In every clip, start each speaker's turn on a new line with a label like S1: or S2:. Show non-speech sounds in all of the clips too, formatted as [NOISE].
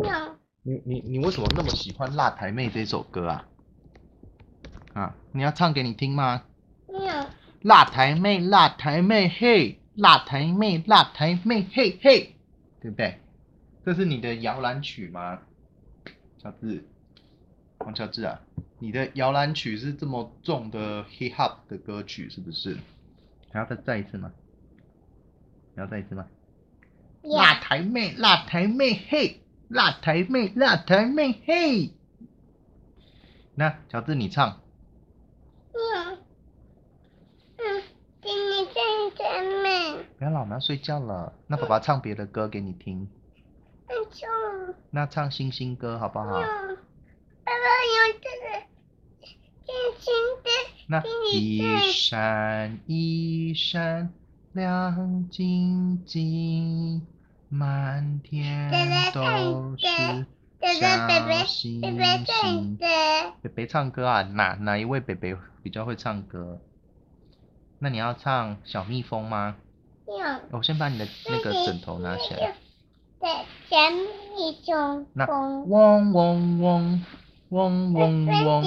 S1: 对啊，
S2: 你你你为什么那么喜欢《辣台妹》这首歌啊？啊，你要唱给你听吗？
S1: 对啊，
S2: 辣台妹，辣台妹，嘿，辣台妹，辣台妹，嘿嘿，对不对？这是你的摇篮曲吗？乔治，王乔治啊，你的摇篮曲是这么重的 hip hop 的歌曲是不是？还要再再一次吗？你要再一次吗？辣
S1: 呀，
S2: 台妹，辣台妹，嘿，辣台妹，辣台妹，嘿。那乔治，你唱。
S1: 嗯，嗯，今天真甜美，
S2: 不要老我们要睡觉了。那爸爸唱别的歌给你听，
S1: 很重，
S2: 那唱星星歌好不好？
S1: 嗯，爸爸用这个轻轻的，
S2: 那
S1: 你
S2: 一
S1: 在
S2: 闪一闪亮晶晶，满天
S1: 再来看
S2: 都
S1: 一个
S2: 是
S1: 这个贝贝
S2: 小，星
S1: 贝贝
S2: 星
S1: 真。的，
S2: 北北唱歌啊，哪哪一位北北比较会唱歌？那你要唱小蜜蜂吗？
S1: 用。
S2: 我先把你的那个枕头拿起来。。
S1: 在前一种
S2: 那
S1: 风，
S2: 嗡嗡嗡嗡嗡嗡，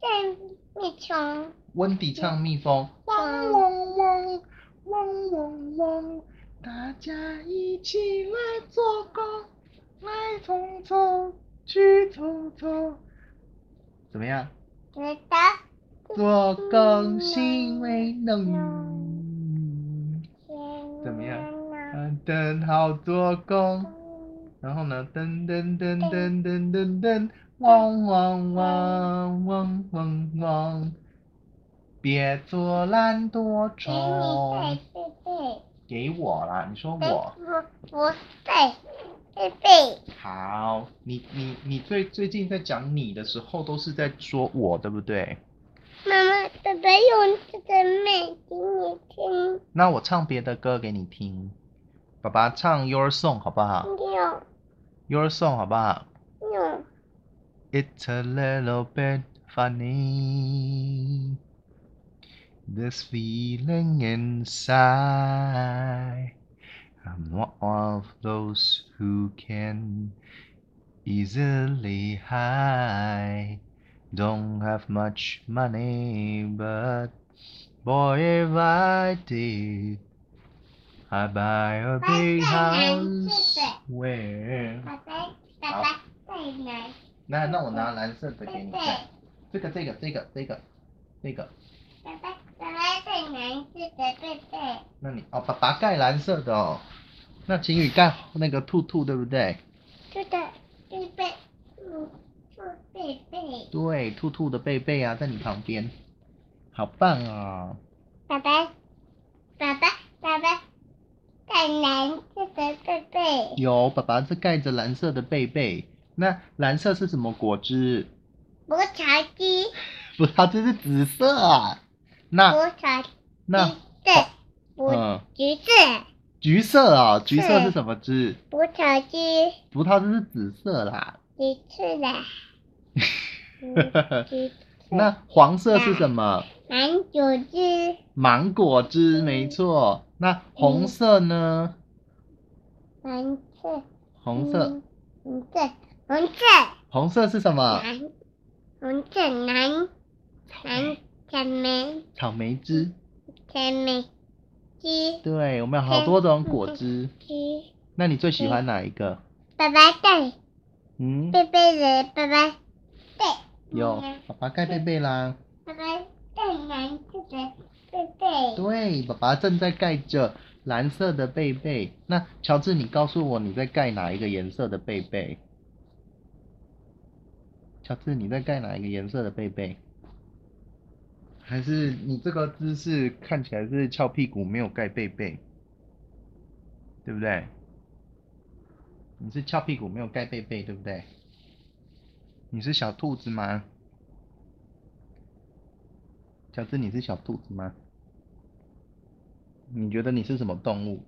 S1: 在一种
S2: 温迪唱蜜蜂。
S1: 风，
S2: 嗡嗡嗡嗡嗡，大家一起来做工，来匆匆去匆匆。怎么样？
S1: 直到
S2: 做工心为农，
S1: 天
S2: 怎么样哦
S1: 亮？
S2: 嗯，等好做工。然后呢，噔噔噔噔噔噔噔，汪汪汪汪汪汪，别做懒惰
S1: 给你
S2: 虫
S1: 带。贝贝，
S2: 给我啦，你说
S1: 贝
S2: 我
S1: 不不带贝贝，
S2: 好，你你你最最近在讲你的时候都是在说我，对不对？
S1: 妈妈，爸爸用这个妹给你听，
S2: 那我唱别的歌给你听，爸爸唱 Your Song 好不好
S1: 用
S2: ？Your Song 好不好？
S1: 用
S2: It's a little bit funny. This feeling inside. I'm not one of those who can easily hide. Don't have much money, but boy, if I did, I'd buy a
S1: Bye,
S2: big
S1: bye,
S2: house
S1: bye.
S2: where.
S1: 爸爸爸爸再来
S2: 那那我拿蓝色的给
S1: 贝
S2: 你
S1: 贝，
S2: 看，这个这个这个这个这个，
S1: 爸爸爸爸再来这个贝贝。
S2: 那你哦，把把盖蓝色的哦，那晴雨盖那个兔兔对不对？
S1: 这个贝贝，嗯，兔贝贝，
S2: 对，兔兔的贝贝啊，在你旁边，好棒哦！
S1: 爸爸，爸爸，爸爸，再
S2: 啊
S1: 来这个贝贝，
S2: 有爸爸是盖着蓝色的贝贝，那蓝色是什么果汁？
S1: 博茶鸡，
S2: 不，它这是紫色啊。那
S1: 博茶鸡
S2: 那
S1: 对，博
S2: 嗯，
S1: 橘子，
S2: 橘色啊，橘色是
S1: 是
S2: 什么汁？
S1: 博茶鸡
S2: 葡萄汁是紫色啦。
S1: 橘子啦，嗯橘子
S2: [LAUGHS] 那黄色是什么？
S1: 满九只
S2: 芒果汁，没错。那红色呢？
S1: 黄色，
S2: 红色，
S1: 嗯，红色，红色，
S2: 红色是什么？
S1: 蓝，红色蓝，蓝草莓，
S2: 草莓汁。
S1: 草莓鸡。
S2: 对，我们有好多种果汁。
S1: 鸡
S2: 那你最喜欢哪一个？
S1: 爸爸带
S2: 嗯，
S1: 贝贝的爸爸带，
S2: 有
S1: 嗯
S2: 爸爸盖贝贝啦。
S1: 爸爸带蓝色的贝贝，
S2: 对，爸爸正在盖着蓝色的贝贝。那乔治，你告诉我你在盖哪一个颜色的贝贝？乔治，你在盖哪一个颜色的贝贝？还是你这个姿势看起来是翘屁股，没有盖贝贝，对不对？你是翘屁股没有盖贝贝，对不对？你是小兔子吗？乔治，你是小兔子吗？你觉得你是什么动物？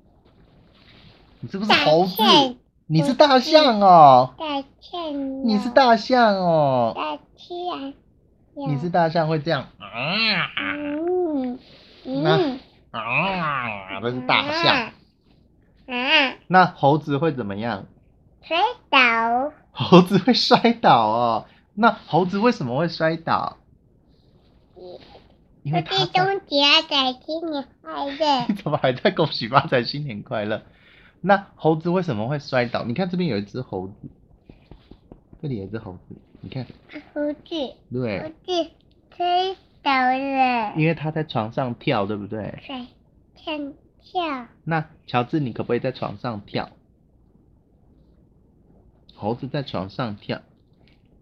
S2: 你是不是
S1: 大
S2: 猴子？
S1: 象
S2: 你是大象哦，
S1: 大象，
S2: 你是大象哦，
S1: 大象，
S2: 你是大象会这样啊
S1: 嗯
S2: 那
S1: 嗯，
S2: 啊，那是大象。
S1: 啊，啊
S2: 那猴子会怎么样？
S1: 摔倒，
S2: [LAUGHS] 猴子会摔倒哦。那猴子为什么会摔倒？因为
S1: 我
S2: 它
S1: 是
S2: 在。
S1: 中杰仔，新年快乐
S2: [LAUGHS] 你！怎么还在恭喜发财、新年快乐？那猴子为什么会摔倒？你看这边有一只猴子，这里有一只猴子，你看，
S1: 猴子，猴
S2: 对，
S1: 子摔倒了，
S2: 因为它在床上跳，对不对？
S1: 摔看跳，
S2: 那乔治，你可不可以在床上跳？猴子在床上跳，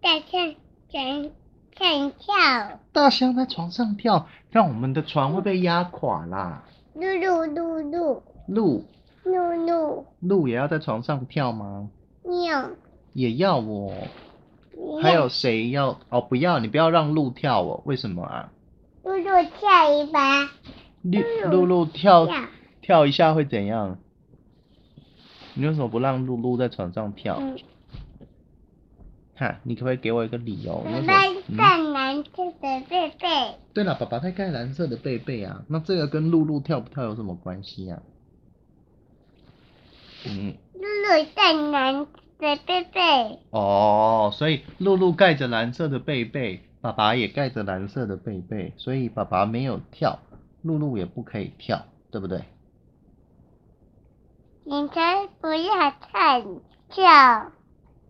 S1: 再看转看跳，
S2: 大象在床上跳，让我们的床会被压垮啦。
S1: 噜噜噜噜
S2: 鹿，
S1: 噜噜
S2: 鹿也要在床上跳吗？
S1: 尿
S2: 也要哦。
S1: 尿，
S2: 还有谁要？哦，不要，你不要让鹿跳哦。为什么啊？
S1: 噜噜跳一把，
S2: 露
S1: 嗯
S2: 露露跳
S1: 跳，
S2: 跳一下会怎样？你为什么不让露露在床上跳？
S1: 嗯，
S2: 哈，你可不可以给我一个理由？你为
S1: 爸
S2: 什
S1: 爸
S2: 么？嗯，
S1: 在蓝色的贝贝，
S2: 对了，爸爸在盖蓝色的被被啊，那这个跟露露跳不跳有什么关系啊？嗯，
S1: 噜噜在蓝色的贝贝，
S2: 哦，所以露露盖着蓝色的被被，爸爸也盖着蓝色的被被，所以爸爸没有跳，露露也不可以跳，对不对？
S1: 你才不要看跳。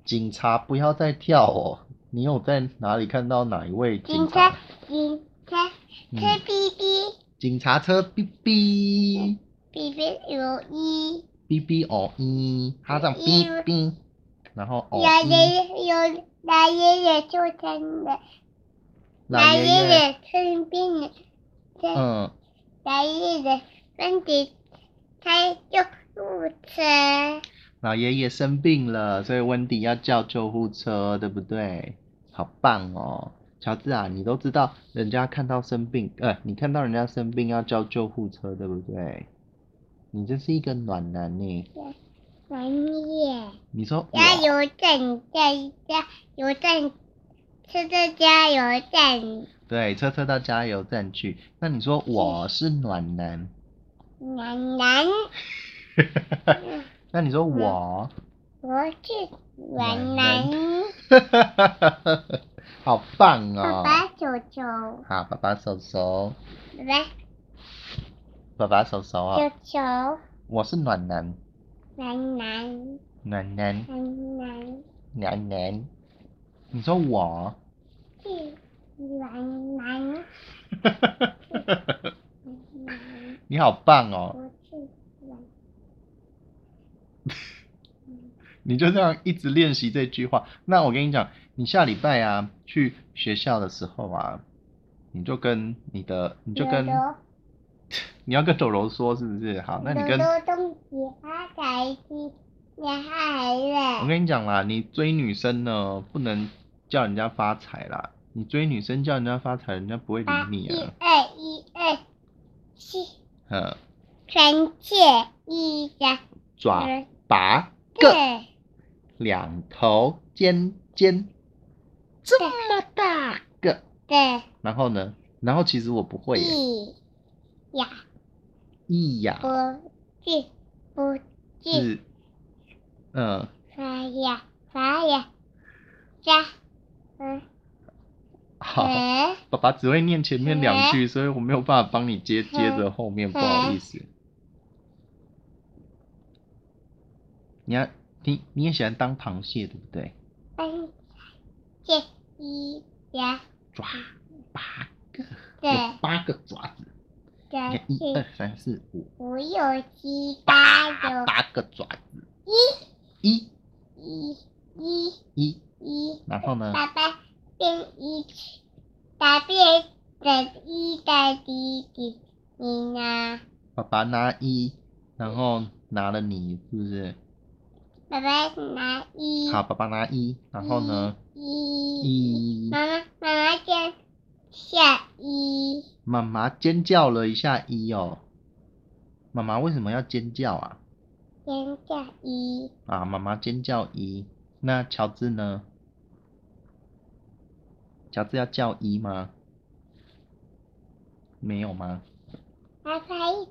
S2: 警察不要再跳哦！你有在哪里看到哪一位
S1: 警
S2: 警察
S1: 察？，警察，
S2: 嗯
S1: 吹哔哔，
S2: 警察车哔哔
S1: 哔哔有一，
S2: 哔哔哦一，他这样哔哔，然后哦
S1: 老
S2: 一，
S1: 爷爷有老爷爷出生的，
S2: 老
S1: 老
S2: 爷
S1: 爷
S2: 爷，
S1: 爷生病了，这
S2: 嗯，
S1: 老爷爷身体他就入车，
S2: 老爷爷生病了，所以温迪要叫救护车，对不对？好棒哦，乔治啊，你都知道人家看到生病，呃，你看到人家生病要叫救护车，对不对？你真是一个暖男呢。
S1: 王爷
S2: 你说我
S1: 加油站在加油站，车车加油站，
S2: 对，车车到加油站去。那你说我是暖男，
S1: [LAUGHS] 楠楠，
S2: 那你说我，
S1: 我是
S2: 暖
S1: 暖
S2: 男
S1: 男，
S2: [LAUGHS] 好棒
S1: 嗯爸
S2: 哦！
S1: 爸球球，
S2: 好，爸爸手手，
S1: 拜拜。
S2: 爸爸手手
S1: 球
S2: 哦，
S1: 球，
S2: 我是暖男，
S1: 男男
S2: 暖男，
S1: 男男，
S2: 暖男。你说我， [LAUGHS]
S1: 是男男男，
S2: 你好棒哦！
S1: 我是男
S2: 你就这样一直练习这句话。那我跟你讲，你下礼拜啊，去学校的时候啊，你就跟你的，你就跟你要跟柔柔说，是不是？好，那你跟
S1: 多东西阿仔鸡，你还
S2: 我
S1: 了，
S2: 跟你讲啦，你追女生呢，不能叫人家发财啦。你追女生叫人家发财，人家不会理
S1: 八
S2: 你
S1: 一
S2: 啊。
S1: 二一二，是
S2: 嗯，
S1: 臣妾一家
S2: 爪拔个
S1: 个
S2: 两头尖尖
S1: 这么大
S2: 个，
S1: 的
S2: 然后呢？然后其实我不会耶。
S1: 一呀，
S2: 一呀
S1: 不是不是。
S2: 是，嗯，
S1: 发呀发呀，加，嗯，
S2: 好，
S1: 嗯，
S2: 爸爸只会念前面两句，所以我没有办法帮你接接着后面，不好意思。你要你你也喜欢当螃蟹对不对？
S1: 三这一呀，
S2: 爪嗯八个，
S1: 对
S2: 有八个爪子。你看
S1: 这
S2: 一二
S1: 是
S2: 三四五，
S1: 五有七八有
S2: 八个爪子。一
S1: 一一
S2: 一，
S1: 一，
S2: 然后呢？
S1: 爸爸变一起，答辩的一的弟弟，你呢？
S2: 爸爸拿一，然后拿了你，是不是？
S1: 爸爸拿一，
S2: 好，爸爸拿一，然后呢？
S1: 一，
S2: 一，
S1: 妈妈妈妈先下一。
S2: 妈妈尖叫了一下一哦。妈妈为什么要尖叫啊？
S1: 先下一，
S2: 啊，妈妈尖叫一。那乔治呢？乔治要叫一吗？没有吗？
S1: 拍拍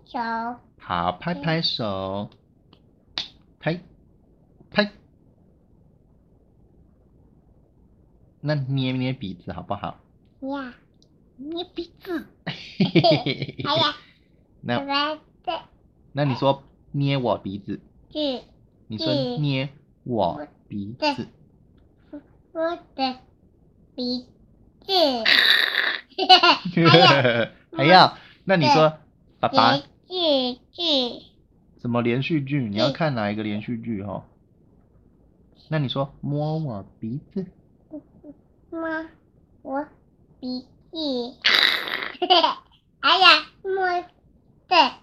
S1: 手，
S2: 好，拍拍手，拍，拍，那捏捏鼻子好不好？
S1: 呀，
S2: 捏鼻子。
S1: 哎呀，
S2: [LAUGHS] 那
S1: 什么的
S2: 那你说捏我鼻子，
S1: 字？
S2: 你说
S1: 嗯
S2: 捏我鼻子，
S1: 我的鼻子，
S2: [LAUGHS]
S1: 还有
S2: 还要哎那你说爸爸
S1: [LAUGHS] 鼻子字，
S2: 什么连续剧？你要看哪一个连续剧哦？那你说摸我鼻子，
S1: 摸我鼻子， [LAUGHS] 哎呀，摸的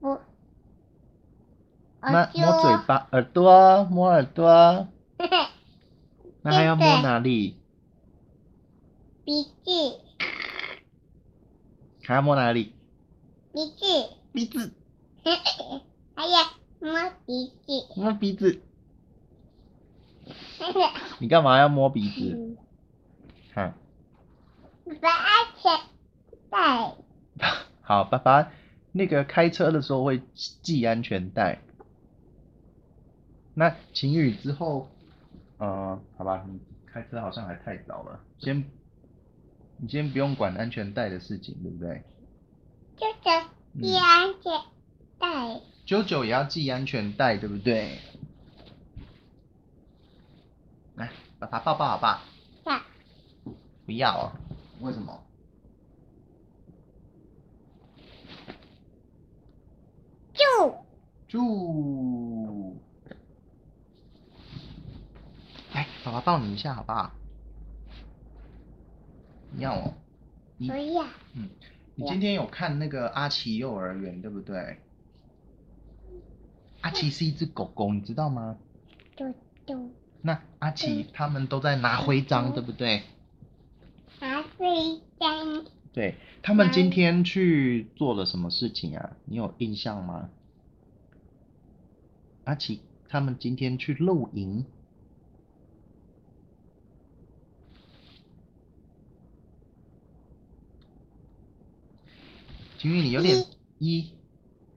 S1: 我，啊
S2: 那摸嘴巴、耳朵、啊摸耳朵，啊
S1: 巴，
S2: 那还要摸哪里？
S1: [LAUGHS] 鼻子
S2: 还要摸哪里？
S1: 鼻子，
S2: 鼻子，
S1: 哎呀，摸鼻子，
S2: 摸鼻子。你干嘛要摸鼻
S1: [LAUGHS]
S2: 子？哈，
S1: 把安全带，
S2: [LAUGHS] 好，爸爸，那个开车的时候会系安全带。那晴雨之后，呃，好吧，你开车好像还太早了，先，你先不用管安全带的事情，对不对？
S1: 就是系
S2: 嗯，
S1: 安全带，
S2: 九九也要系安全带，对不对？来，爸爸抱抱好吧？
S1: 呀，
S2: 不要、哦，为什么？
S1: 住。
S2: 住。来，哎爸爸抱你一下，好不好？你要哦。你
S1: 不要，
S2: 你今天有看那个阿奇幼儿园对不对？阿奇是一只狗狗，你知道吗？
S1: 嘟嘟，
S2: 那阿奇他们都在拿徽章，对不对？
S1: 还会粘
S2: 对他们今天去做了什么事情啊？你有印象吗？阿奇他们今天去露营，晴雨，你有点一，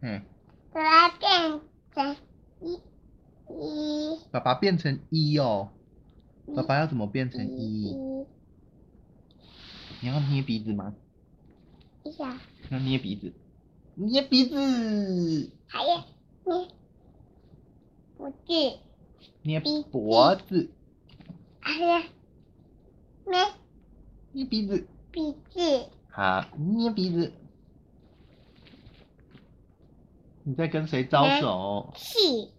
S2: 嗯，
S1: 它变成一一
S2: 爸爸变成一哦，爸爸要怎么变成一？
S1: 一
S2: 你要捏鼻子吗？
S1: 一呀，
S2: 要捏鼻子，捏鼻子，
S1: 还有你不是，
S2: 捏
S1: 鼻子
S2: 脖子，
S1: 还有没
S2: 捏鼻子。
S1: 鼻子，
S2: 好，啊捏鼻子。你在跟谁招手？
S1: 气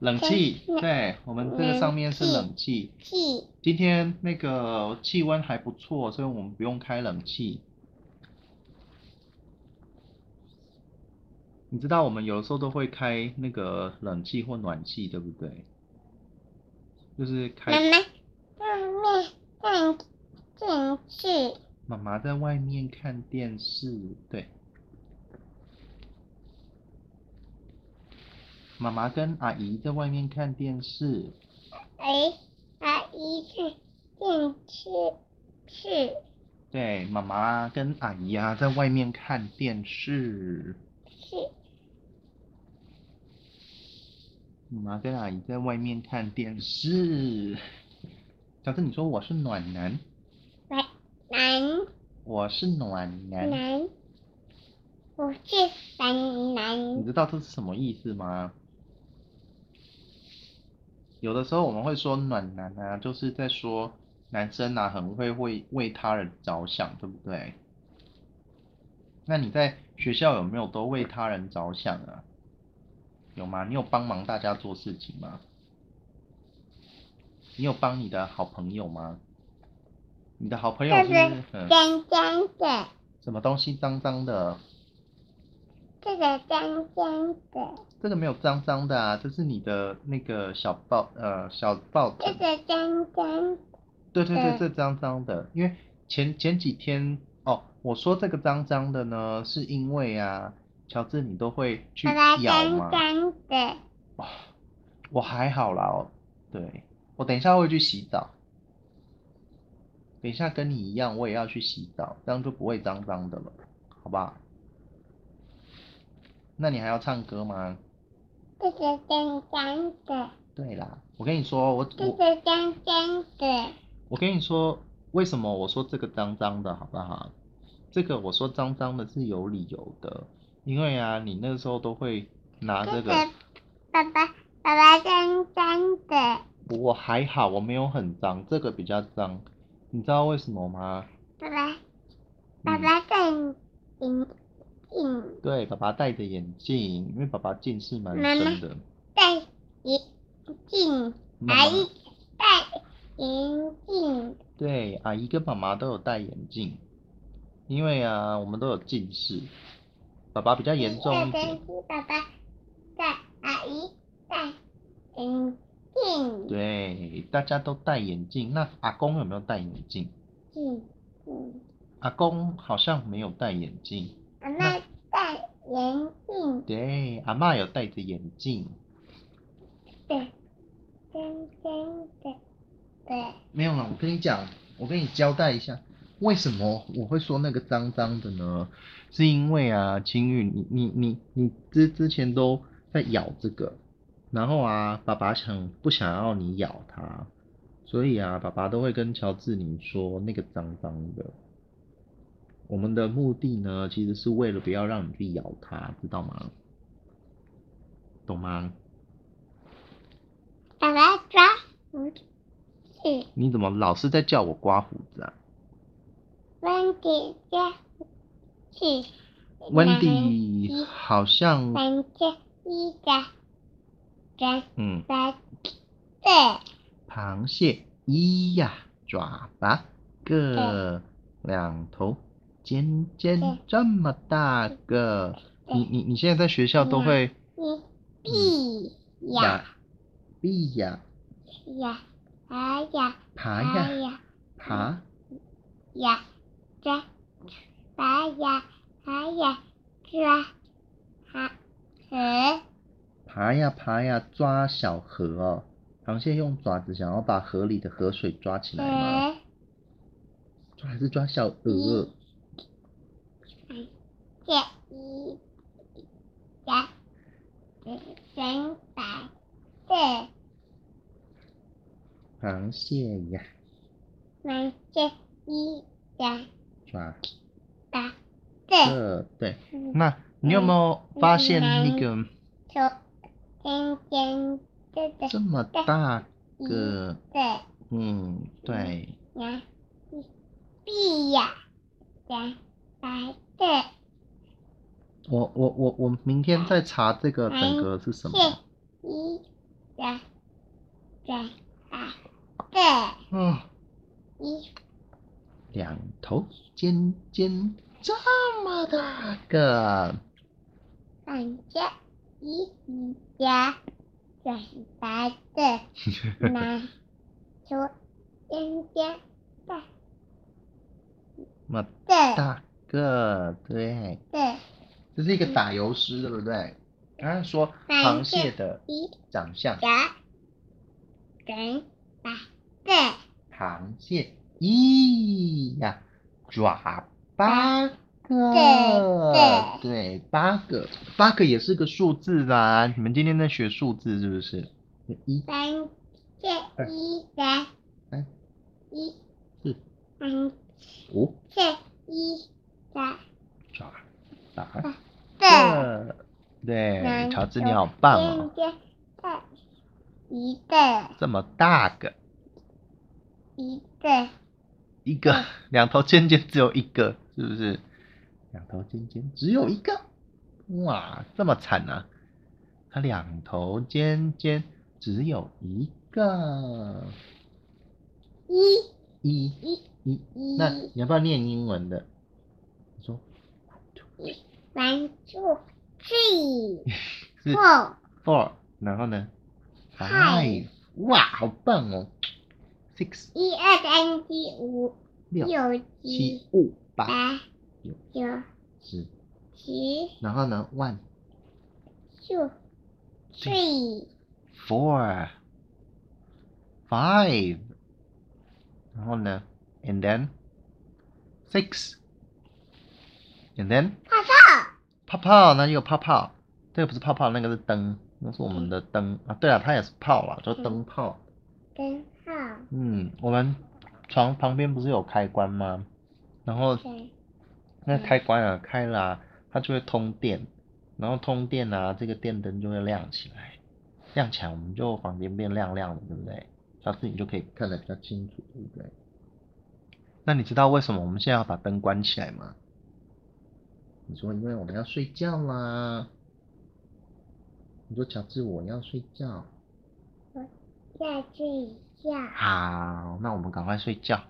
S2: 冷气
S1: 冷气，
S2: 对我们这个上面是嗯冷气。
S1: 气
S2: 今天那个气温还不错，所以我们不用开冷气。你知道我们有时候都会开那个冷气或暖气，对不对？就是
S1: 妈
S2: 开
S1: 妈外面看电视，
S2: 妈妈在外面看电视，对。妈妈跟阿姨在外面看电视，
S1: 哎，阿姨是电视是
S2: 对，妈妈跟阿姨啊在外面看电视，
S1: 是
S2: 妈妈跟阿姨在外面看电视。小智，你说我是暖男，
S1: 男。
S2: 我是暖男，
S1: 男，我是男
S2: 你
S1: 男，
S2: 知道这是什么意思吗？有的时候我们会说暖男啊，就是在说男生啊很会为为他人着想，对不对？那你在学校有没有都为他人着想啊？有吗？你有帮忙大家做事情吗？你有帮你的好朋友吗？你的好朋友
S1: 就是是
S2: 嗯
S1: 脏脏的，
S2: 什么东西脏脏的？
S1: 这个脏脏的，
S2: 这个没有脏脏的啊，这是你的那个小报呃小报纸
S1: 这。个脏脏，
S2: 对对对
S1: 嗯，
S2: 这脏脏的，因为前前几天哦，我说这个脏脏的呢，是因为啊，乔治你都会去
S1: 把它
S2: 咬
S1: 脏
S2: 嘛。
S1: 脏的，
S2: 我还好啦哦，对，我等一下会去洗澡。等一下跟你一样，我也要去洗澡，这样就不会脏脏的了，好不好？那你还要唱歌吗？
S1: 这个脏脏的，
S2: 对啦，我跟你说，我
S1: 这
S2: 我
S1: 个脏脏的，
S2: 我跟你说，为什么我说这个脏脏的，好不好？这个我说脏脏的是有理由的，因为啊，你那时候都会拿这
S1: 这
S2: 个，
S1: 个爸爸爸爸脏脏的，
S2: 我还好，我没有很脏，这个比较脏，你知道为什么吗？
S1: 爸爸爸
S2: 嗯
S1: 爸更隐隐
S2: 对，爸爸戴着眼镜，因为爸爸近视蛮
S1: 妈妈
S2: 深的。
S1: 戴眼镜，
S2: 妈妈
S1: 阿姨戴眼镜，
S2: 对，阿姨跟妈妈都有戴眼镜，因为啊，我们都有近视，爸爸比较严重一点
S1: 但。是爸爸戴阿姨戴眼镜，
S2: 对，大家都戴眼镜。那阿公有没有戴眼镜？
S1: 镜嗯，
S2: 阿公好像没有戴眼镜。
S1: 阿妈戴眼镜，
S2: 对，阿嬷有戴着眼镜，
S1: 对，真真的对。
S2: 没有啊了。我跟你讲，我跟你交代一下，为什么我会说那个脏脏的呢？是因为啊，青玉，你你你你之之前都在咬这个，然后啊，爸爸想不想要你咬它，所以啊，爸爸都会跟乔治你说那个脏脏的。我们的目的呢，其实是为了不要让你去咬它，知道吗？懂吗？
S1: 爸爸抓胡子，
S2: 你怎么老是在叫我刮胡子啊？
S1: 温迪家是
S2: 温迪好像，
S1: 三只一家转
S2: 嗯，
S1: 三对
S2: 螃蟹一呀，爪八个，两头尖尖
S1: 对
S2: 这么大个。
S1: 对
S2: 你你你现在在学校都
S1: 呀
S2: 会
S1: 一闭呀，
S2: 闭呀，
S1: 呀啊呀
S2: 爬
S1: 啊
S2: 呀，
S1: 呀
S2: 爬
S1: 呀抓拔呀啊呀抓啊和
S2: 爬呀爬呀，抓小河哦。螃蟹用爪子想要把河里的河水抓起来吗？
S1: 和
S2: 抓还是抓小鹅
S1: 一？这一呀三百对。
S2: 螃蟹呀，
S1: 螃蟹一呀
S2: 抓
S1: 八对，
S2: 个，对。
S1: 嗯
S2: 那你有没有发现那个
S1: 手尖尖的的
S2: 这么大
S1: 一
S2: 个？
S1: 对，
S2: 嗯，对，
S1: 呀一闭呀呀白对，
S2: 我我我我明天再查这个等格是什么。
S1: 一呀呀啊对，
S2: 嗯，
S1: 一
S2: 两头尖尖这么大个，
S1: 螃蟹一呀转白对，那手尖尖的
S2: 这么
S1: 对
S2: 大个，对，
S1: 对，
S2: 这是一个打油诗，对不对？刚刚说螃蟹的
S1: 一。
S2: 长相，
S1: 夹，整把对，
S2: 螃蟹，咦呀，爪八个，
S1: 对
S2: 对，八个，八个也是个数字啦。你们今天在学数字是不是？一
S1: 三这一夹，
S2: 三
S1: 一
S2: 四
S1: 三
S2: 五
S1: 这一夹
S2: 爪八
S1: 对，
S2: 个，对，
S1: 南
S2: 乔治你好棒哦，
S1: 中间带一个
S2: 这么大个
S1: 一个
S2: 一个， [LAUGHS] 两头尖尖只有一个，是不是？两头尖尖只有一个，哇，这么惨啊！它两头尖尖只有一个，
S1: 一
S2: 一
S1: 一
S2: 一，那你
S1: 一
S2: 要不要念英文的？你说
S1: 三two three
S2: 是
S1: four
S2: four，然后呢
S1: Five
S2: ？five，哇，好棒哦！six
S1: 一二三四五
S2: 六
S1: 六
S2: 七
S1: 七
S2: 五八
S1: 八
S2: 九
S1: 九
S2: 十，
S1: 十
S2: 然后呢？one
S1: two three。
S2: four five，然后呢？and then six，and then
S1: 泡泡，
S2: 泡泡，那就有泡泡，这个不是泡泡，那个是灯，那是我们的灯啊。对啊，它也是泡啦，叫灯泡。
S1: 根号，
S2: 嗯，我们床旁边不是有开关吗？然后
S1: 对，
S2: 那
S1: 嗯
S2: 开关啊开了啊、它就会通电，然后通电啊，这个电灯就会亮起来，亮起来我们就房间变亮亮的，对不对？下次你就可以看得比较清楚，对不对？那你知道为什么我们现在要把灯关起来吗？你说因为我们要睡觉啦。你说乔治，我要睡觉。
S1: 下睡觉。
S2: 好，那我们赶快睡觉。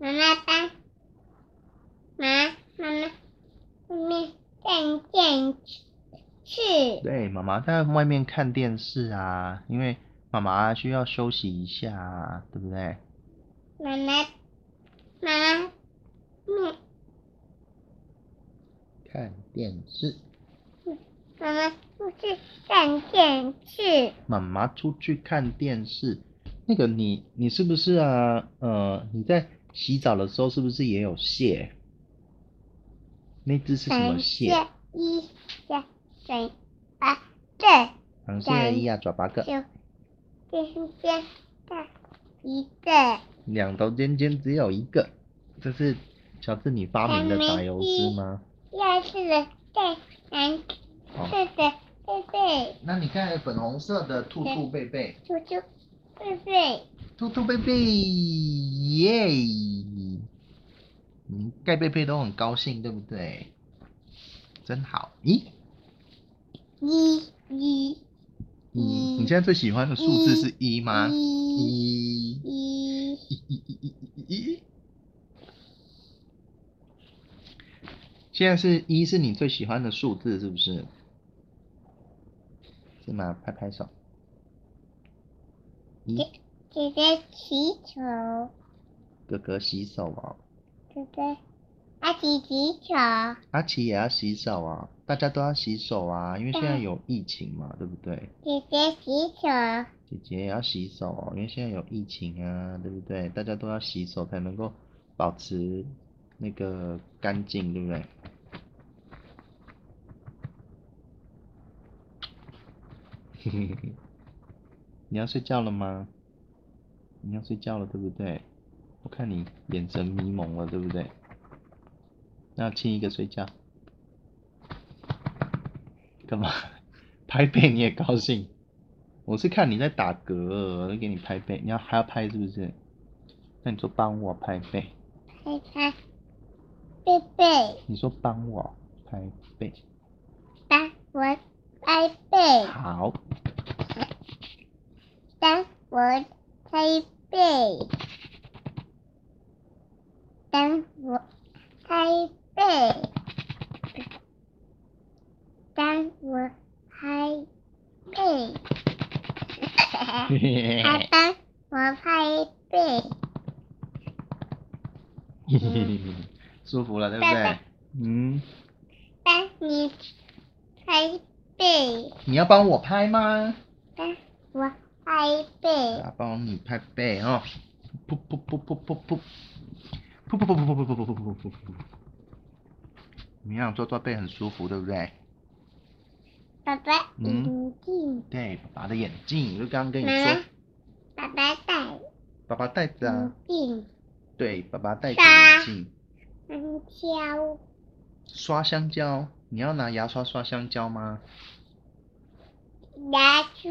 S1: 妈妈帮，妈妈妈，外面看电视，
S2: 对，妈妈在外面看电视啊，因为妈妈需要休息一下啊，对不对？
S1: 妈妈妈妈面
S2: 看电视，
S1: 妈妈出去看电视，
S2: 妈妈出去看电视。那个你，你是不是啊？呃，你在洗澡的时候是不是也有蟹？那只是什么
S1: 三
S2: 蟹？
S1: 下一下三八这
S2: 螃蟹哎一呀，爪八个，
S1: 就就是这大一个
S2: 两头尖尖只有一个。这是乔治你发明的打油诗吗？
S1: 要是的再难
S2: 哦，
S1: 吃的贝贝
S2: 那你看粉红色的兔兔贝贝。
S1: 猪猪贝贝
S2: 兔兔贝贝耶！嗯，盖贝贝都很高兴，对不对？真好。咦，
S1: 一一
S2: 你
S1: 嗯
S2: 你现在最喜欢的数字是一吗？
S1: 一
S2: 一，
S1: 一
S2: 一，一，一，一，一，一一。现在是一是你最喜欢的数字，是不是？是吗？拍拍手。一，
S1: 姐姐洗手，
S2: 哥哥洗手哦，
S1: 哥哥阿奇啊洗手，
S2: 阿奇也要洗手啊，大家都要洗手啊，因为现在
S1: 对
S2: 有疫情嘛，对不对？
S1: 姐姐洗手，
S2: 姐姐也要洗手哦，因为现在有疫情啊，对不对？大家都要洗手才能够保持那个干净，对不 [LAUGHS] 对？你要睡觉了吗？你要睡觉了，对不对？我看你眼神迷蒙了，对不对？那亲一个睡觉。干嘛？ [LAUGHS] 拍背你也高兴？我是看你在打嗝，我就给你拍背，你要还要拍是不是？那你说帮我拍背，
S1: 拍拍贝贝，
S2: 你说帮我拍背，
S1: 帮我拍背，
S2: 好，
S1: 帮我拍背，帮我拍背，帮我拍背。
S2: 嘿嘿
S1: 他
S2: 嘿
S1: 帮我拍背，
S2: 嘿嘿嘿 [LAUGHS] 舒服了对不
S1: 拜
S2: 对
S1: 拜？
S2: 嗯，
S1: 帮你拍背，
S2: 你要帮我拍吗？
S1: 帮我拍背，
S2: 要帮你拍背哦，噗噗噗噗噗噗，噗噗噗噗噗噗噗噗噗噗噗噗，你想做做背很舒服对不对？
S1: 爸爸
S2: 嗯
S1: 眼镜，
S2: 对，爸爸的眼镜，我就刚刚跟你
S1: 妈妈
S2: 说，，
S1: 爸爸戴
S2: 爸爸戴着啊
S1: 眼，镜，
S2: 对，爸爸戴着眼
S1: 沙
S2: 镜。
S1: 香蕉，
S2: 刷香蕉，你要拿牙刷刷香蕉吗？
S1: 牙刷，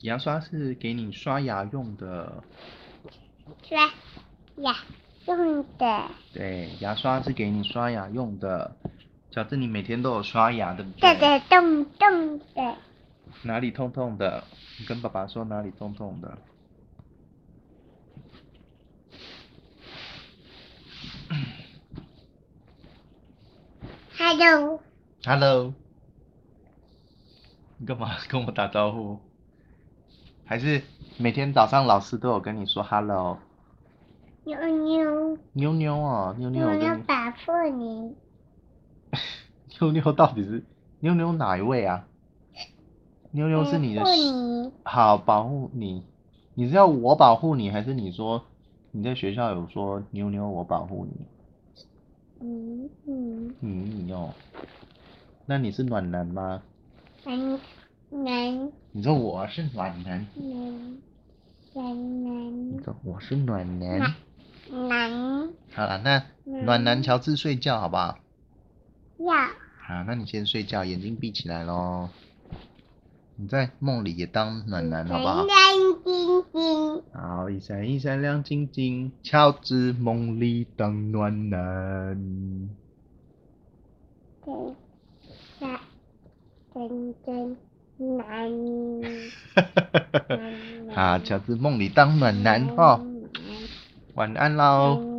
S2: 牙刷是给你刷牙用的，
S1: 刷牙用的，
S2: 对，牙刷是给你刷牙用的。小智，你每天都有刷牙，对不
S1: 这
S2: 对？
S1: 个洞洞的，
S2: 哪里痛痛的？你跟爸爸说哪里痛痛的。
S1: 还有
S2: Hello，你干嘛 [LAUGHS] 跟我打招呼？还是每天早上老师都有跟你说 Hello？
S1: 妞妞，
S2: 妞妞哦，妞妞
S1: 我
S2: 有
S1: 要
S2: 跟你
S1: 把破你，
S2: 妞妞到底是妞妞哪一位啊？妞妞是你的
S1: 保护你
S2: 好，保护你，你是要我保护你，还是你说你在学校有说妞妞我保护你？
S1: 嗯嗯。
S2: 嗯，你哦，那你是暖男吗？
S1: 男男
S2: 你说我是暖男，
S1: 男男
S2: 你
S1: 男
S2: 种，我是暖男
S1: 暖。男
S2: 好了，那
S1: 嗯
S2: 暖男乔治睡觉好不好？
S1: 要
S2: 好，那你先睡觉，眼睛闭起来喽。你在梦里也当暖男好不
S1: 嗯
S2: 好？
S1: 亮晶晶，
S2: 好，一闪一闪亮晶晶，乔治梦里当暖男。 [LAUGHS]
S1: 真真真真男男
S2: [LAUGHS] 啊，乔治梦里当暖男哦，晚安
S1: 男
S2: 喽。